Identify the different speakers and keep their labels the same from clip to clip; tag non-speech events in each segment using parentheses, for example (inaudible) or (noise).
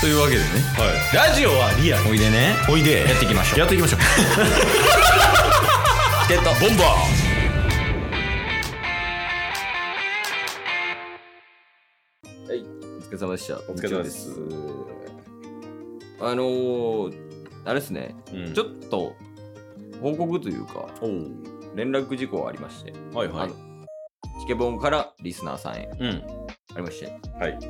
Speaker 1: というわけでね
Speaker 2: ラジオはリアル
Speaker 1: おいでね
Speaker 2: おいで
Speaker 1: やっていきましょう
Speaker 2: やってい
Speaker 1: (laughs)
Speaker 2: きましょう
Speaker 1: チケットボンバーはいお疲れ様でしたお
Speaker 2: お疲れ様です
Speaker 1: あのー、あれですね
Speaker 2: うん
Speaker 1: ちょっと報告というか
Speaker 2: お
Speaker 1: 連絡事項ありまして
Speaker 2: うはいはい
Speaker 1: あのチケボンからリスナーさんへ
Speaker 2: うん
Speaker 1: ありまして
Speaker 2: はい
Speaker 1: で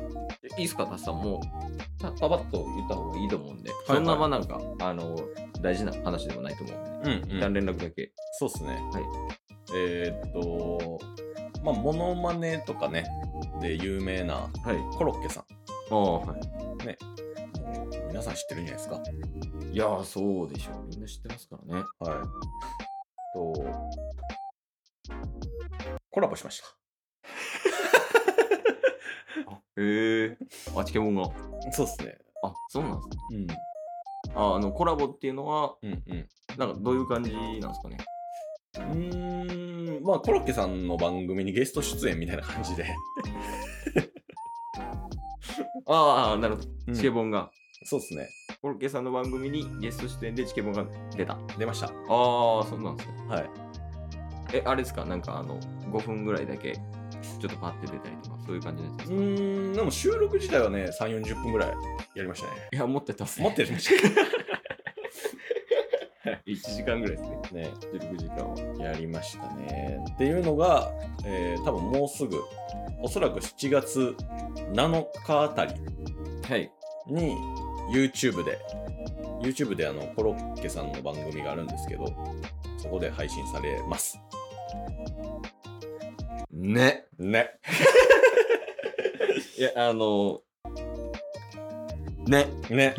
Speaker 1: いいっすかタスさんもうたパパッと言った方がいいと思うんで、
Speaker 2: はい
Speaker 1: そんなまあなんかあのー大事な話でもないと思うんで、
Speaker 2: うん、
Speaker 1: 一
Speaker 2: う
Speaker 1: 旦
Speaker 2: ん、
Speaker 1: 連絡だけ
Speaker 2: そうっすね
Speaker 1: はい
Speaker 2: えー、っとまあモノマネとかねで有名な
Speaker 1: はい
Speaker 2: コロッケさ
Speaker 1: ああはい
Speaker 2: んもう皆さん知ってるんじゃないですか
Speaker 1: いやー、そうでしょう。みんな知ってますからね。
Speaker 2: はいとコラボしました
Speaker 1: へえ。あ、チケモンが。
Speaker 2: そうっすね
Speaker 1: あ、そうなんですね。
Speaker 2: うん
Speaker 1: あ、あの、コラボっていうのは、
Speaker 2: うんうん
Speaker 1: なんかどういう感じなんですかね。
Speaker 2: うーんまあコロッケさんの番組にゲスト出演みたいな感じで、
Speaker 1: ああ、なるほど。チケ
Speaker 2: そう
Speaker 1: ボンが、
Speaker 2: ですね
Speaker 1: コロッケさんの番組にゲスト出演でチケボンが出た。あ
Speaker 2: 出ました
Speaker 1: あ、そうなんですね。
Speaker 2: はい
Speaker 1: え、あれですかなんかあの、5分ぐらいだけ、ちょっとパッて出たりとか、そういう感じのやつです
Speaker 2: う
Speaker 1: か、
Speaker 2: ーんでも収録自体はね3 4 0分ぐらいやりましたね
Speaker 1: いや、持ってたっす
Speaker 2: 持っ
Speaker 1: (laughs)
Speaker 2: てるんでし
Speaker 1: 1時間ぐらいですね。
Speaker 2: ょね
Speaker 1: 16時間は。
Speaker 2: (laughs) やりましたねっていうのが、えー多分もうすぐおそらく7月7日あたり
Speaker 1: はい。
Speaker 2: に YouTube で YouTube であのコロッケさんの番組があるんですけどそこで配信されます
Speaker 1: ね。
Speaker 2: ね
Speaker 1: いや、あのね。
Speaker 2: ね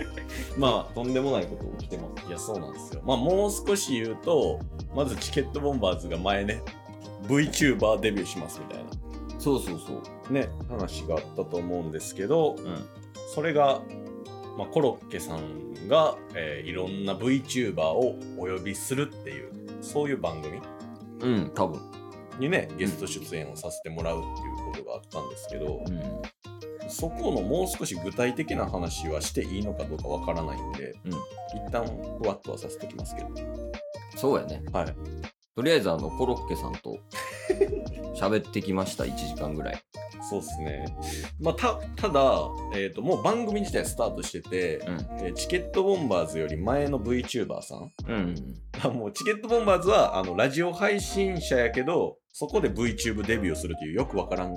Speaker 2: (laughs) まあとんでもないこと起きてますいやそうなんですよまあもう少し言うとまずチケットボンバーズが前ね VTuber デビューしますみたいな
Speaker 1: そうそうそう。
Speaker 2: ね話があったと思うんですけど
Speaker 1: うん。
Speaker 2: それが、まあ、コロッケさんが、えーいろんな VTuber をお呼びするっていうそういう番組
Speaker 1: うん、多分。
Speaker 2: にねゲスト出演をさせてもらうっていうことがあったんですけど
Speaker 1: うん。
Speaker 2: そこのもう少し具体的な話はしていいのかどうかわからないんで、
Speaker 1: うん
Speaker 2: 一旦ふわっとはさせておきますけど
Speaker 1: そうやね。
Speaker 2: はい
Speaker 1: とりあえず、あの、コロッケさん (laughs) と喋ってきました、1時間ぐらい。
Speaker 2: そうですねまあたただ、えー、ともう番組自体スタートしてて、
Speaker 1: うん
Speaker 2: えーチケットボンバーズより前の VTuber さん (laughs)
Speaker 1: うん。
Speaker 2: あもうチケットボンバーズはあのラジオ配信者やけどそこで VTube デビューをするというよくわからん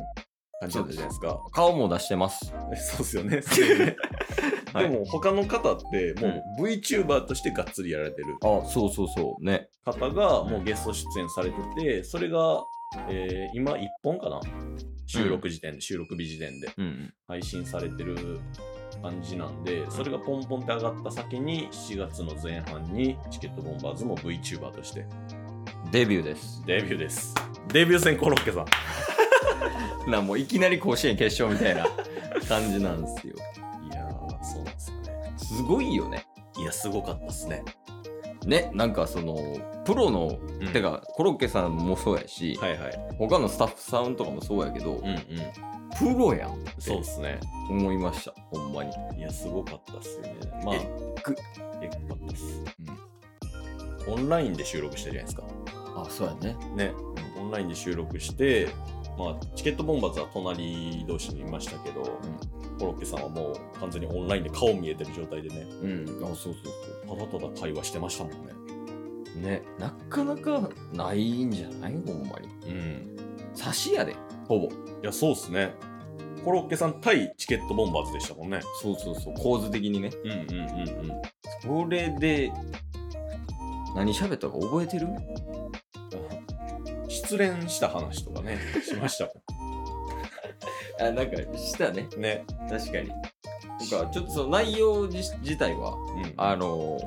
Speaker 2: 感じだったじゃないですか
Speaker 1: 顔も出してます。
Speaker 2: え (laughs) そうですよねそうですよね
Speaker 1: はい
Speaker 2: でも他の方ってもう VTuber としてがっつりやられてる
Speaker 1: あ、そうそうそう。ね。
Speaker 2: 方がもうゲスト出演されててそれが、えー今1本かな収録時点で、収録日時点で
Speaker 1: うん。
Speaker 2: 配信されてる感じなんでそれがポンポンって上がった先に7月の前半にチケットボンバーズも VTuber として
Speaker 1: デビューです。
Speaker 2: デビューですデビュー戦コロッケさん
Speaker 1: な、もういきなり甲子園決勝みたい (laughs) な感じなんですよ。
Speaker 2: いやーそうなんですよね
Speaker 1: すごいよね。
Speaker 2: いやすごかったっすね
Speaker 1: ね、なんかその、プロの、
Speaker 2: ん
Speaker 1: てか、コロッケさんもそうやし、
Speaker 2: はいはい
Speaker 1: 他のスタッフさんとかもそうやけど、
Speaker 2: うんうん
Speaker 1: プロやんって
Speaker 2: そうっすね
Speaker 1: 思いました、ほんまに。
Speaker 2: いやすごかったっすよねまあ
Speaker 1: えぐ
Speaker 2: えぐかったっす、オンラインで収録したじゃないですか
Speaker 1: あ、そうやね。
Speaker 2: ねオンラインで収録してまあチケットボンバーズは隣同士にいましたけど、コロッケさんはもう完全にオンラインで顔見えてる状態でね
Speaker 1: うん。あ、そうそうそう。
Speaker 2: ただただ会話してましたもんね
Speaker 1: ね、なかなかないんじゃないほんまに。
Speaker 2: うん
Speaker 1: 差しやで、ほぼ。
Speaker 2: いやそうっすねコロッケさん対チケットボンバーズでしたもんね
Speaker 1: そうそうそう、構図的にね。
Speaker 2: うんうんうんうん
Speaker 1: それで、何喋ったか覚えてる
Speaker 2: (laughs) 失恋した話とかねしましたも
Speaker 1: あ、なんかしたね。
Speaker 2: んね、
Speaker 1: 確かに。とか、ちょっとその内容自自体は、
Speaker 2: (laughs) うん、
Speaker 1: あの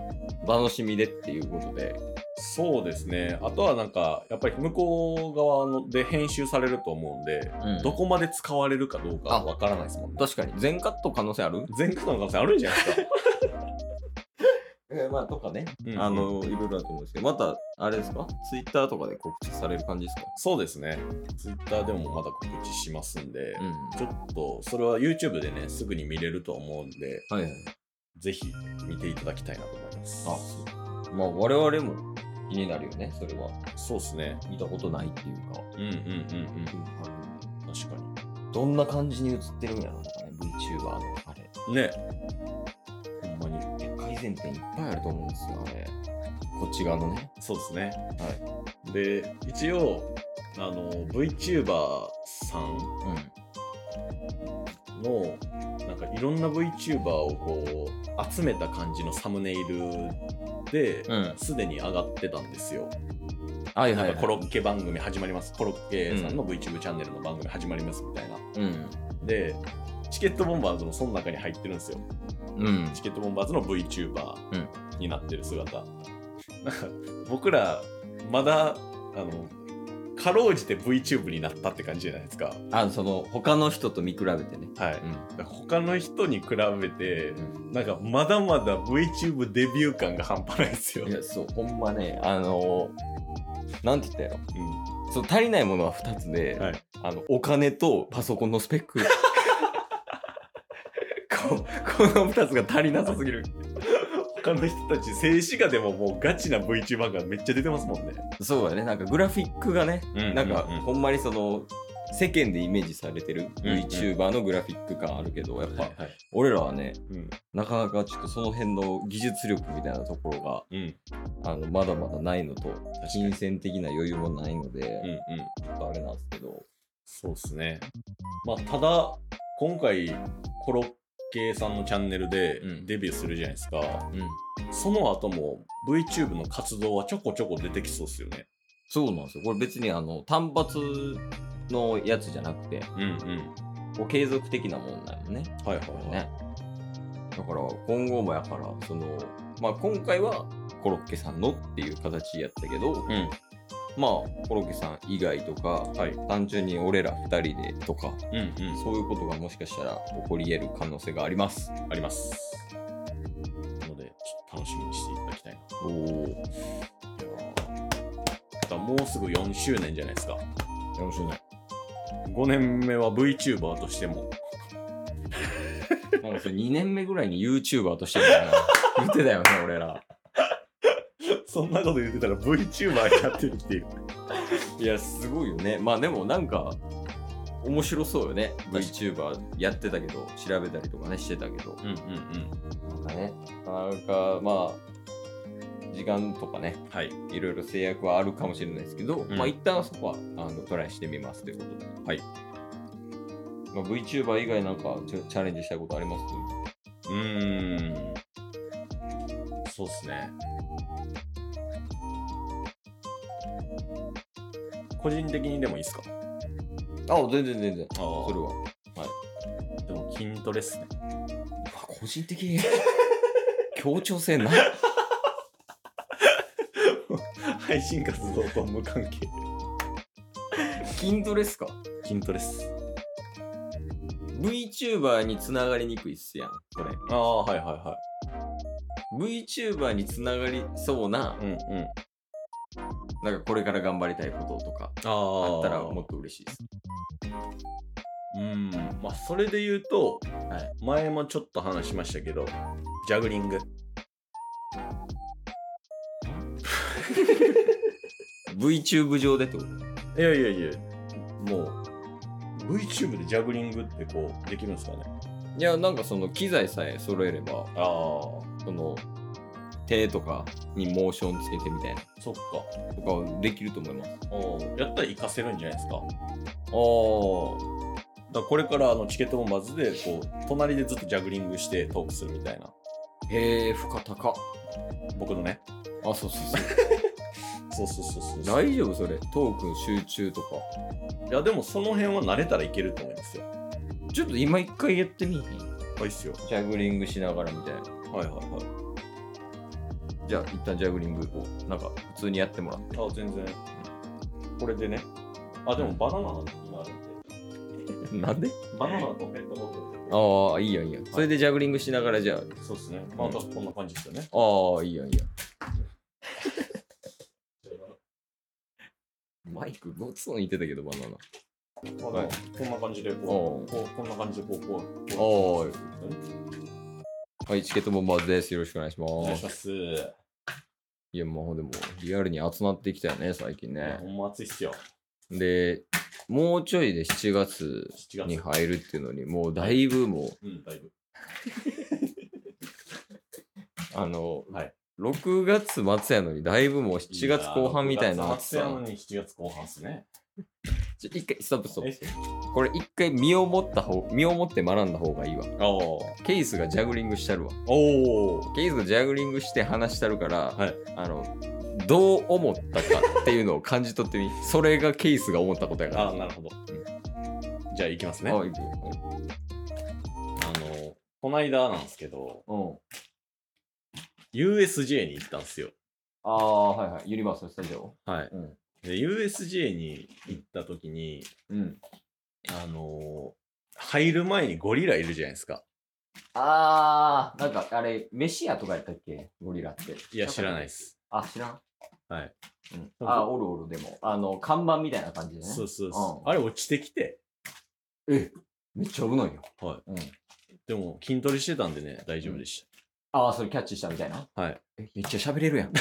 Speaker 1: 楽しみでっていうことで。
Speaker 2: そうですねあとはなんかやっぱり向こう側ので編集されると思うんで、
Speaker 1: うん
Speaker 2: どこまで使われるかどうか
Speaker 1: あ
Speaker 2: わからないですもんね
Speaker 1: 確かに、全カット可能性ある
Speaker 2: 全カットの可能性あるんじゃないですか
Speaker 1: え
Speaker 2: えーまあ、とかね、
Speaker 1: あの、いろいろあると思うんですけど、また、あれですかツイッターとかで告知される感じですか
Speaker 2: (laughs) そうですね、ツイッターでもまた告知しますんで、
Speaker 1: うん。
Speaker 2: ちょっと、それは YouTube でね、すぐに見れると思うんで、
Speaker 1: はいはい。
Speaker 2: ぜひ見ていただきたいなと思います。
Speaker 1: あ、そう。まあ、我々も気になるよね、それは。
Speaker 2: そうですね。
Speaker 1: 見たことないっていうか。
Speaker 2: うんうんうんうん。確か
Speaker 1: どんな感じに映ってるんやろうかね、VTuber のあれ。
Speaker 2: に。ね。ほんまに。
Speaker 1: 改善点いっぱいあると思うんですよ、あれ。こっち側のね。
Speaker 2: そうですね。はい。で、一応、あの、VTuber さん
Speaker 1: うん。
Speaker 2: の、なんかいろんな VTuber をこう、集めた感じのサムネイルで、
Speaker 1: うん。
Speaker 2: すでに上がってたんですよ。
Speaker 1: はい
Speaker 2: な
Speaker 1: は
Speaker 2: ん
Speaker 1: い、は
Speaker 2: か
Speaker 1: い。
Speaker 2: コロッケ番組始まります。コロッケさんの VTuber チャンネルの番組始まりますみたいな。
Speaker 1: うん。
Speaker 2: で、チケットボンバーズもその中に入ってるんですよ。
Speaker 1: うん。
Speaker 2: チケットボンバーズの VTuber
Speaker 1: うん
Speaker 2: になってる姿。なんか僕ら、まだ、あの、かろうじて VTube になったって感じじゃないですか。
Speaker 1: あ、その、他の人と見比べてね。
Speaker 2: はい。
Speaker 1: うん。
Speaker 2: 他の人に比べて
Speaker 1: う、
Speaker 2: なんかまだまだ VTube デビュー感が半端ないですよ。
Speaker 1: いや、そう、ほんまね、あのーなんて言ったやろ。
Speaker 2: うん
Speaker 1: そう、足りないものは2つで、
Speaker 2: はい
Speaker 1: あの、お金とパソコンのスペッ (laughs) ク。ここの2つが足りなさすぎる。
Speaker 2: 他の人たち、静止画でももうガチな VTuber がめっちゃ出てますもんね。
Speaker 1: そうだね、なんかグラフィックがね、
Speaker 2: うん
Speaker 1: なんか
Speaker 2: うんうん
Speaker 1: ほんまにその、世間でイメージされてる
Speaker 2: うんうん
Speaker 1: VTuber のグラフィック感あるけど、やっぱ
Speaker 2: はい。
Speaker 1: 俺らはね、
Speaker 2: うん。
Speaker 1: なかなかちょっとその辺の技術力みたいなところ
Speaker 2: うん。
Speaker 1: が、あの、まだまだないのと、金銭的な余裕もないので、
Speaker 2: うんうん。
Speaker 1: ちょっとあれなんですけど、
Speaker 2: そうですね。まあ、ただ、今回、コロッケさんのチャンネルで
Speaker 1: うん
Speaker 2: デビューするじゃないですか。その後も VTube の活動はちょこちょこ出てきそうですよね。
Speaker 1: そうなんですよ。これ別にあの、単発のやつじゃなくて、
Speaker 2: うんうん。
Speaker 1: こう継続的なもんなんよね。
Speaker 2: はいはいはい。
Speaker 1: ね。だから今後もやから、その、まあ今回はコロッケさんのっていう形やったけど、まあコロッケさん以外とか、
Speaker 2: はい
Speaker 1: 単純に俺ら2人でとか、
Speaker 2: うん。うんうん。
Speaker 1: そういうことがもしかしたら起こり得る可能性があり (laughs) ます。
Speaker 2: あります。なので、ちょっと楽しみにしていただきたいな。
Speaker 1: おお、
Speaker 2: いやーだからもうすぐ4周年じゃないですか。
Speaker 1: 面白い
Speaker 2: 5年目は VTuber としても。
Speaker 1: なんかそれ2年目ぐらいに YouTuber としてる (laughs) から、言ってたよね、俺ら。
Speaker 2: そんなこと言ってたら VTuber になってるっていう。
Speaker 1: いや、すごいよね。まあでもなんか、面白そうよね。VTuber やってたけど、調べたりとかね、してたけど。
Speaker 2: うんうんう
Speaker 1: な
Speaker 2: ん。
Speaker 1: んかね、なんかまあ、時間とかね、
Speaker 2: はい。
Speaker 1: いろいろ制約はあるかもしれないですけど、
Speaker 2: ん
Speaker 1: まあ一旦そこはあのトライしてみますということで。
Speaker 2: はい。
Speaker 1: まあ、VTuber 以外なんかチャチャレンジしたいことあります
Speaker 2: うーん。そうっすね。個人的にでもいいっすか
Speaker 1: あ、全然全然。
Speaker 2: あ
Speaker 1: それは。
Speaker 2: でも筋トレっすね。
Speaker 1: 個人的 (laughs) 協調性ない。
Speaker 2: 配信活動と無関係。
Speaker 1: 筋トレっすか
Speaker 2: 筋トレっす。
Speaker 1: ?VTuber につながりにくいっすやん、これ。
Speaker 2: ああ、はいは
Speaker 1: VTuber につながりそうな、
Speaker 2: いはい。うんうん。
Speaker 1: なんかこれから頑張りたいこととか、
Speaker 2: ああ
Speaker 1: あ
Speaker 2: っ
Speaker 1: ったた
Speaker 2: ら
Speaker 1: ら
Speaker 2: も
Speaker 1: も
Speaker 2: う
Speaker 1: っと嬉しいです。
Speaker 2: うん。まあ、それで言うと、
Speaker 1: はい
Speaker 2: 前もちょっと話しましたけど、ジャグリング。
Speaker 1: VTube 上でってこと
Speaker 2: いやいやいや、もう、VTube でジャグリングってこう、できるんですかね
Speaker 1: いや、なんかその機材さえ揃えれば、
Speaker 2: ああ。
Speaker 1: その手とかにモーションつけてみたいな
Speaker 2: そっか。
Speaker 1: とかはできると思います。
Speaker 2: やったら活かせるんじゃないですか。だか
Speaker 1: あ
Speaker 2: らこれからあのチケットボンバーズで、こう、隣でずっとジャグリングしてトークするみたいな。
Speaker 1: あ。へえ、負荷高っ。
Speaker 2: 僕のね。
Speaker 1: あ、そうそうそう。
Speaker 2: そうそうそうそう
Speaker 1: 大丈夫それ。トークン集中とか。
Speaker 2: いや、でもその辺は慣れたらいけると思いますよ。
Speaker 1: ちょっと今一回やってみいひん
Speaker 2: はいっすよ。
Speaker 1: ジャグリングしながらみたいな。
Speaker 2: はいはいは
Speaker 1: じゃあ一旦ジャグリングをなんか普通にやってもらって。
Speaker 2: い。あ、全然。これでね。あ、でもバナナ今あるんで。
Speaker 1: (laughs) なんで
Speaker 2: バナナとペットボトルで
Speaker 1: ああ、いいやんいいやん。それでジャグリングしながらじゃあ、
Speaker 2: そうですね。まあ、私こんな感じですよね。
Speaker 1: ああ、いいや (laughs) んいいやん。マイクごつん言ってたけど、バナナ。
Speaker 2: まあ
Speaker 1: はい
Speaker 2: こんな感じでこう、
Speaker 1: お
Speaker 2: こうこんな感じでこう、こう、こ
Speaker 1: おーい。はい、チケットボンバーズです。よろしくお願いしま
Speaker 2: うお願いし
Speaker 1: す。
Speaker 2: ます。
Speaker 1: いや、もうでも、リアルに集まってきたよね、最近
Speaker 2: いや
Speaker 1: ね
Speaker 2: ほ。んま暑いっすよ。
Speaker 1: で、もうちょいで7月
Speaker 2: 7月。
Speaker 1: に入るっていうのに、もうだいぶもう、
Speaker 2: うん、だいぶ。
Speaker 1: あの、
Speaker 2: はい
Speaker 1: 6月末やのに、だいぶもう7月後半みたいな暑
Speaker 2: 暑いやの
Speaker 1: さ。
Speaker 2: に7月後半っすね。
Speaker 1: ちょ一回、ストップストッ
Speaker 2: え
Speaker 1: プ。これ一回身を持った方、身を持って学んだ方がいいわ。
Speaker 2: ああ。お
Speaker 1: ケースがジャグリングしたるわ。
Speaker 2: お。
Speaker 1: ケースがジャグリングして話したるから、
Speaker 2: はい
Speaker 1: あの、どう思ったかっていうのを感じ取ってみ。 (laughs) それがケースが思ったことやから。
Speaker 2: ああ、なるほど。じゃあ、行きますね。
Speaker 1: あ
Speaker 2: あ
Speaker 1: いいよ
Speaker 2: の、こないだなんですけど、
Speaker 1: うん。
Speaker 2: USJ に行ったんですよ。
Speaker 1: ああ、はいはい。ユニバーサルスタジオ。
Speaker 2: はい。
Speaker 1: うん。
Speaker 2: で、USJ に行った時に、
Speaker 1: うん。
Speaker 2: あのー入る前にゴリラいるじゃないですか。
Speaker 1: ああ、なんかあれ、飯屋とかやったっけゴリラって。
Speaker 2: いや、知らないで。す。
Speaker 1: あ、知らん。
Speaker 2: はい。
Speaker 1: うん、あ、おるおる、でも。あの、看板みたいな感じでね。
Speaker 2: そうそうそ
Speaker 1: うん
Speaker 2: う。あれ落ちてきて、
Speaker 1: え、めっちゃ危ないよ。
Speaker 2: は
Speaker 1: うん。
Speaker 2: い。でも、筋トレしてたんでね、大丈夫でし
Speaker 1: ああ、それキャッチしたみたいな。
Speaker 2: た。はい。
Speaker 1: え、めっちゃ喋れるやん。 (laughs)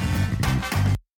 Speaker 3: す